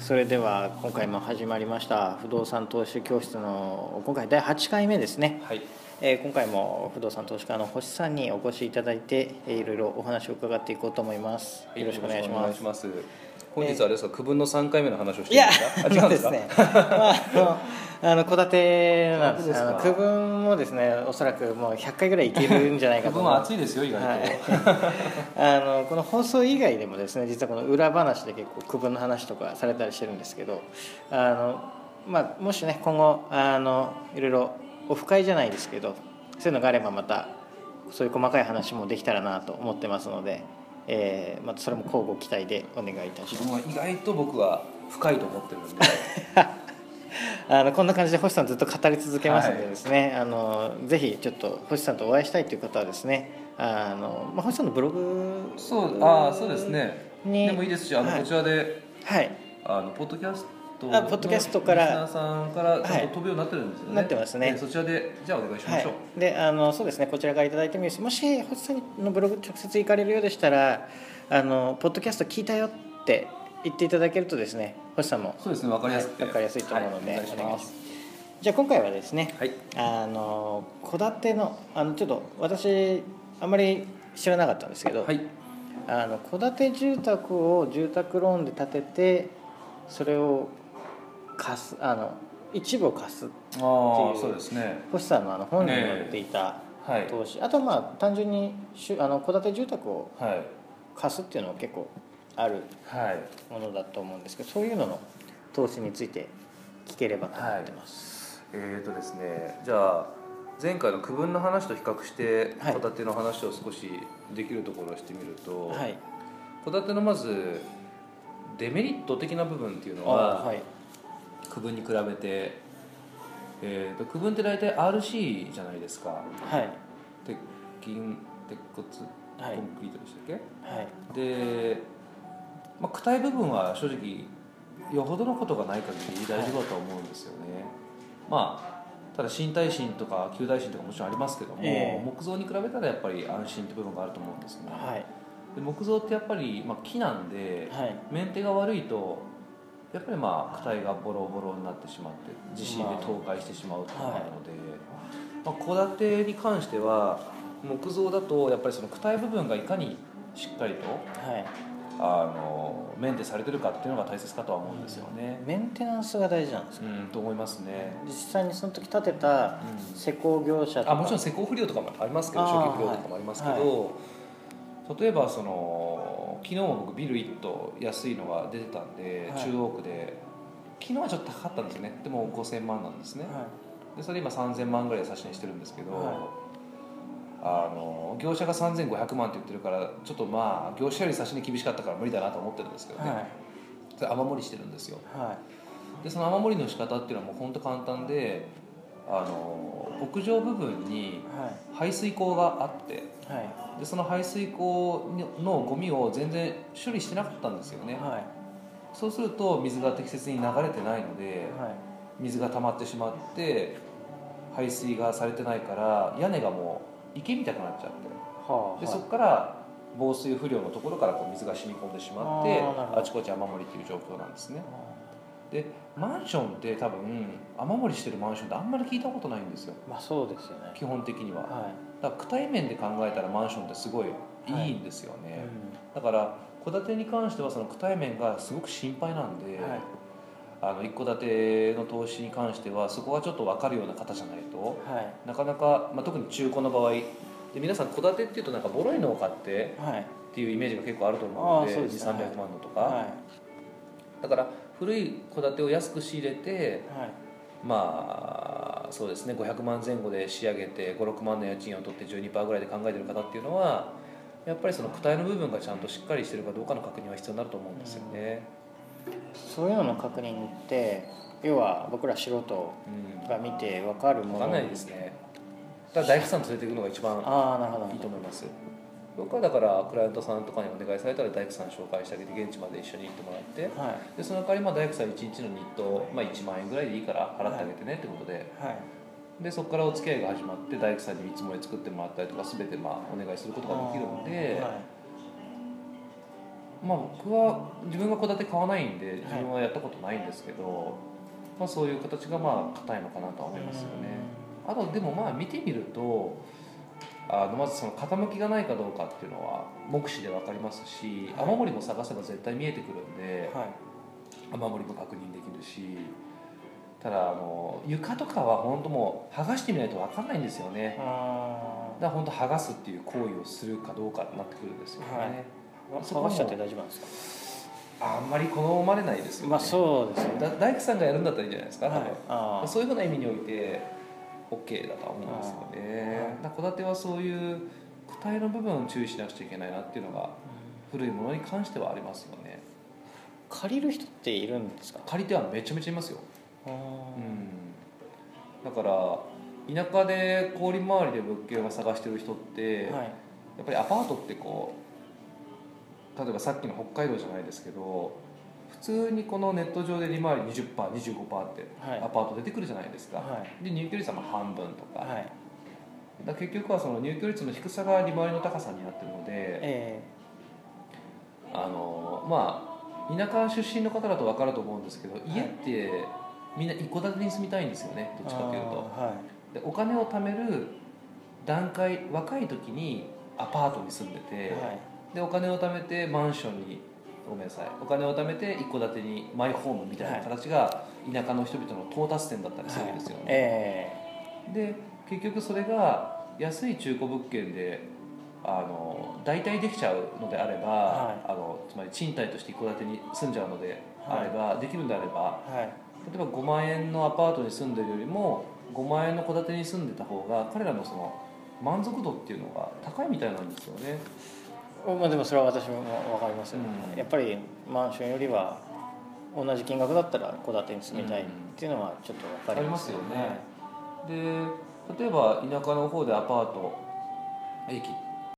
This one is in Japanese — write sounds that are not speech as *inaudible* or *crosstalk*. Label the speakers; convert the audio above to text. Speaker 1: それでは今回も始まりました不動産投資教室の今回第8回目ですね、
Speaker 2: はい、
Speaker 1: えー今回も不動産投資家の星さんにお越しいただいて、えーいろいろお話を伺っていこうと思いますよろしくお願いします
Speaker 2: よろしくお願いします本日はあれですか、区分の3回目の話をし
Speaker 1: い
Speaker 2: てるん
Speaker 1: や
Speaker 2: ですか
Speaker 1: あので
Speaker 2: んですすか
Speaker 1: ねまああのあの戸建てなんです
Speaker 2: 戸建てです
Speaker 1: あ
Speaker 2: か
Speaker 1: の区分もですねおそらくもう100回ぐらいいけるんじゃないか
Speaker 2: 区
Speaker 1: と
Speaker 2: 分 *laughs*
Speaker 1: 思い
Speaker 2: は
Speaker 1: ます
Speaker 2: 熱いですよ意外と、
Speaker 1: はい、あのこの放送以外でもですね実はこの裏話で結構区分の話とかされたりしてるんですけどあの、まあ、もしね今後あのいろいろオフ会じゃないですけどそういうのがあればまたそういう細かい話もできたらなと思ってますので、えーまたそれも交互期待でお願いいたし
Speaker 2: 自
Speaker 1: ます。
Speaker 2: 分は意外と僕は深いと思ってるんで
Speaker 1: あのこんな感じで星さんずっと語り続けますので
Speaker 2: はい
Speaker 1: ですね、あのぜひちょっと星さんとお会いしたいという方はですねあの、まあ、星さんのブログ
Speaker 2: そうああそうですね
Speaker 1: ね
Speaker 2: でもいいですしあの、
Speaker 1: はい
Speaker 2: こちらで
Speaker 1: はい
Speaker 2: あのポッドキャスト
Speaker 1: あポッドキャストから
Speaker 2: リスナーさんからちゃんと飛ぶようになってるんですよね、
Speaker 1: なってますね
Speaker 2: でそちらでじゃあお願いしま
Speaker 1: は
Speaker 2: しょう、
Speaker 1: い、であのそうですねこちらから頂いただいてもいいしもし星さんのブログ直接行かれるようでしたらあのポッドキャスト聞いたよって言っていただけるとですね星さんも
Speaker 2: そうですねわかりやすくて、
Speaker 1: はいわかりやすいと思うので、
Speaker 2: は
Speaker 1: お願
Speaker 2: い
Speaker 1: いし
Speaker 2: お願
Speaker 1: ま
Speaker 2: いしますす
Speaker 1: じゃあ今回はですね、
Speaker 2: はい
Speaker 1: あの戸建てのあのちょっと私あんまり知らなかったんですけど、
Speaker 2: はい
Speaker 1: あの戸建て住宅を住宅ローンで建ててそれを貸すあの一部を貸す
Speaker 2: あ
Speaker 1: ってい
Speaker 2: あ
Speaker 1: う
Speaker 2: そうですね
Speaker 1: 星さんのあの本に載っていた、
Speaker 2: はい
Speaker 1: 投資あとはまあ単純にしゅあの戸建て住宅を
Speaker 2: はい
Speaker 1: 貸すっていうのは結構ある
Speaker 2: はい
Speaker 1: ものだと思うんですけどそういうのの投資について聞ければと思ってます、
Speaker 2: えーとですね、じゃあ前回の区分の話と比較して
Speaker 1: はい
Speaker 2: 戸建ての話を少しできるところをしてみると、
Speaker 1: はいはい
Speaker 2: 戸建てのまずデメリット的な部分っていう
Speaker 1: あ
Speaker 2: のは、
Speaker 1: はい
Speaker 2: 区分に比べて、えー、と区分って大体 RC じゃないですか
Speaker 1: はい
Speaker 2: 鉄筋鉄骨
Speaker 1: はい
Speaker 2: コンクリートでしたっけ、
Speaker 1: はい
Speaker 2: で、まあ、躯体部分は正直よほどのことがない限り大丈夫だと思うんですよね、まあただ新耐震とか旧耐震とかもちろんありますけども、
Speaker 1: ええ
Speaker 2: 木造に比べたらやっぱり安心って部分があると思うんですね、
Speaker 1: はい
Speaker 2: で木造ってやっぱり、まあ、木なんで、
Speaker 1: はい
Speaker 2: メンテが悪いとやっぱりまあ躯体がボロボロになってしまって地震で倒壊してしまうっていうのがあるので、まあ、戸建てに関しては木造だとやっぱりその躯体部分がいかにしっかりと
Speaker 1: はい
Speaker 2: あのメンテされてるかっていうのが大切かとは思うんですよね。
Speaker 1: メンテナンスが大事なんです
Speaker 2: う
Speaker 1: か
Speaker 2: ん、と思いますね。
Speaker 1: 実際にその時建てた
Speaker 2: うん
Speaker 1: 施工業者とか、
Speaker 2: あもちろん施工不良とかもありますけど
Speaker 1: あー
Speaker 2: 初期不良とかもありますけど、例えばその昨日も僕ビル1棟安いのが出てたんで、
Speaker 1: はい
Speaker 2: 中央区で昨日はちょっと高かったんですよねでも5000万なんですね、
Speaker 1: は
Speaker 2: でそれ今3000万ぐらい差し値してるんですけど、
Speaker 1: はい
Speaker 2: あの業者が3500万って言ってるからちょっとまあ業者より差し値厳しかったから無理だなと思ってるんですけ
Speaker 1: い
Speaker 2: どね、
Speaker 1: は
Speaker 2: それ雨漏りしてるんですよ
Speaker 1: いは
Speaker 2: でその雨漏りの仕方っていうのはもう本当簡単であの屋上部分に
Speaker 1: いは
Speaker 2: 排水口があって
Speaker 1: いはい
Speaker 2: でその排水口のゴミを全然処理してなかったんですよね
Speaker 1: はい
Speaker 2: そうすると水が適切に流れてないので
Speaker 1: はい
Speaker 2: 水が溜まってしまって排水がされてないから屋根がもう池みたくなっちゃって
Speaker 1: はあ
Speaker 2: でそこから防水不良のところからこう水が染み込んでしまっ
Speaker 1: あ
Speaker 2: て
Speaker 1: ーなるほど
Speaker 2: あちこち雨漏りっていう状況なんですねでマンションって多分雨漏りしてるマンションってあんまり聞いたことないんですよ
Speaker 1: まあそうですよね
Speaker 2: 基本的には
Speaker 1: は
Speaker 2: だから躯体面で考えたらマンションってすごいいいんですよ
Speaker 1: い、
Speaker 2: ね、だから戸建てに関してはその躯体面がすごく心配なんで、
Speaker 1: はい
Speaker 2: あの一戸建ての投資に関してはそこはちょっと分かるような方じゃないと
Speaker 1: うんはい
Speaker 2: なかなか、まあ、特に中古の場合で皆さん戸建てっていうとなんかボロいのを買って
Speaker 1: はい
Speaker 2: っていうイメージが結構あると思うの
Speaker 1: あ
Speaker 2: で
Speaker 1: ーそうですね
Speaker 2: 2 3 0 0万のとか、
Speaker 1: は
Speaker 2: だから古い戸建てを安く仕入れて
Speaker 1: いはい
Speaker 2: まあそうですね500万前後で仕上げて56万の家賃を取って12%ぐらいで考えてる方っていうのはやっぱりその躯体の部分がちゃんとしっかりしてるかどうかの確認は必要になると思うんですよね。
Speaker 1: そういうのの確認って要は僕ら素人
Speaker 2: うん
Speaker 1: が見て分かるも
Speaker 2: 分
Speaker 1: の
Speaker 2: かんないですね。だから大工さん連れていくのが一番
Speaker 1: ああなるほど
Speaker 2: いいと思います。僕はだからクライアントさんとかにお願いされたら大工さん紹介してあげて現地まで一緒に行ってもらって
Speaker 1: はい
Speaker 2: でその代わりまあ大工さん1日の日当、まあ、1万円ぐらいでいいから払ってあげてねってことで
Speaker 1: はい
Speaker 2: でそこからお付き合いが始まって大工さんに見積もり作ってもらったりとか全てまあお願いすることができるので
Speaker 1: は
Speaker 2: まあ、僕は自分が戸建て買わないんで自分はやったことないんですけど、まあ、そういう形がまあ硬いのかなとは思いますよね。あとでもまあ見てみるとあのまずその傾きがないかどうかっていうのは目視で分かりますし雨漏りも探せば絶対見えてくるんで
Speaker 1: はい
Speaker 2: 雨漏りも確認できるしただあの床とかは本当もう剥がしてみないと分かんないんですよね
Speaker 1: あ
Speaker 2: だから本当剥がすっていう行為をするかどうかになってくるんですよね、
Speaker 1: はいー
Speaker 2: そこも
Speaker 1: 探しちゃって大丈夫なんですか
Speaker 2: あんまり好まれないですよね、
Speaker 1: まあそうですね
Speaker 2: だ大工さんがやるんだったらいいんじゃないですか、多分
Speaker 1: あー
Speaker 2: そういうふうな意味において OK だとは思うんですよね
Speaker 1: う
Speaker 2: だから戸建てはそういう躯体の部分を注意しなくちゃいけないなっていうのが古いものに関してはありますよね
Speaker 1: 借りる人っているんですか
Speaker 2: 借り手はめちゃめちゃいますよ、
Speaker 1: あー
Speaker 2: うん、だから田舎で氷回りで物件を探してる人って、
Speaker 1: はい
Speaker 2: やっぱりアパートってこう例えばさっきの北海道じゃないですけど普通にこのネット上で利回り 20%25% って
Speaker 1: はい
Speaker 2: アパート出てくるじゃないですか、
Speaker 1: は
Speaker 2: で入居率はまあ半分とか,、
Speaker 1: はい
Speaker 2: だから結局はその入居率の低さが利回りの高さになってるので
Speaker 1: え
Speaker 2: あのまあ田舎出身の方だと分かると思うんですけど
Speaker 1: い
Speaker 2: 家ってみんな一戸建てに住みたいんですよね
Speaker 1: え
Speaker 2: どっちかというと
Speaker 1: は
Speaker 2: でお金を貯める段階若い時にアパートに住んで
Speaker 1: い
Speaker 2: て、
Speaker 1: はい
Speaker 2: でお金を貯めてマンションにごめんなさいお金を貯めて一戸建てにマイホームみたいな形が田舎の人々の到達点だったりするんですよね、
Speaker 1: え
Speaker 2: で結局それが安い中古物件であの代替できちゃうのであれば、
Speaker 1: は
Speaker 2: あのつまり賃貸として一戸建てに住んじゃうので
Speaker 1: はい
Speaker 2: あれば、できるんであれば
Speaker 1: えはい
Speaker 2: 例えば5万円のアパートに住んでるよりも5万円の戸建てに住んでた方が彼らのその満足度っていうのが高いみたいなんですよね。
Speaker 1: まあでもそれは私も分かりますよ、
Speaker 2: うん
Speaker 1: やっぱりマンションよりは同じ金額だったら戸建てに住みたいっていうのはちょっと分かります
Speaker 2: ありますよねで例えば田舎の方でアパート駅っ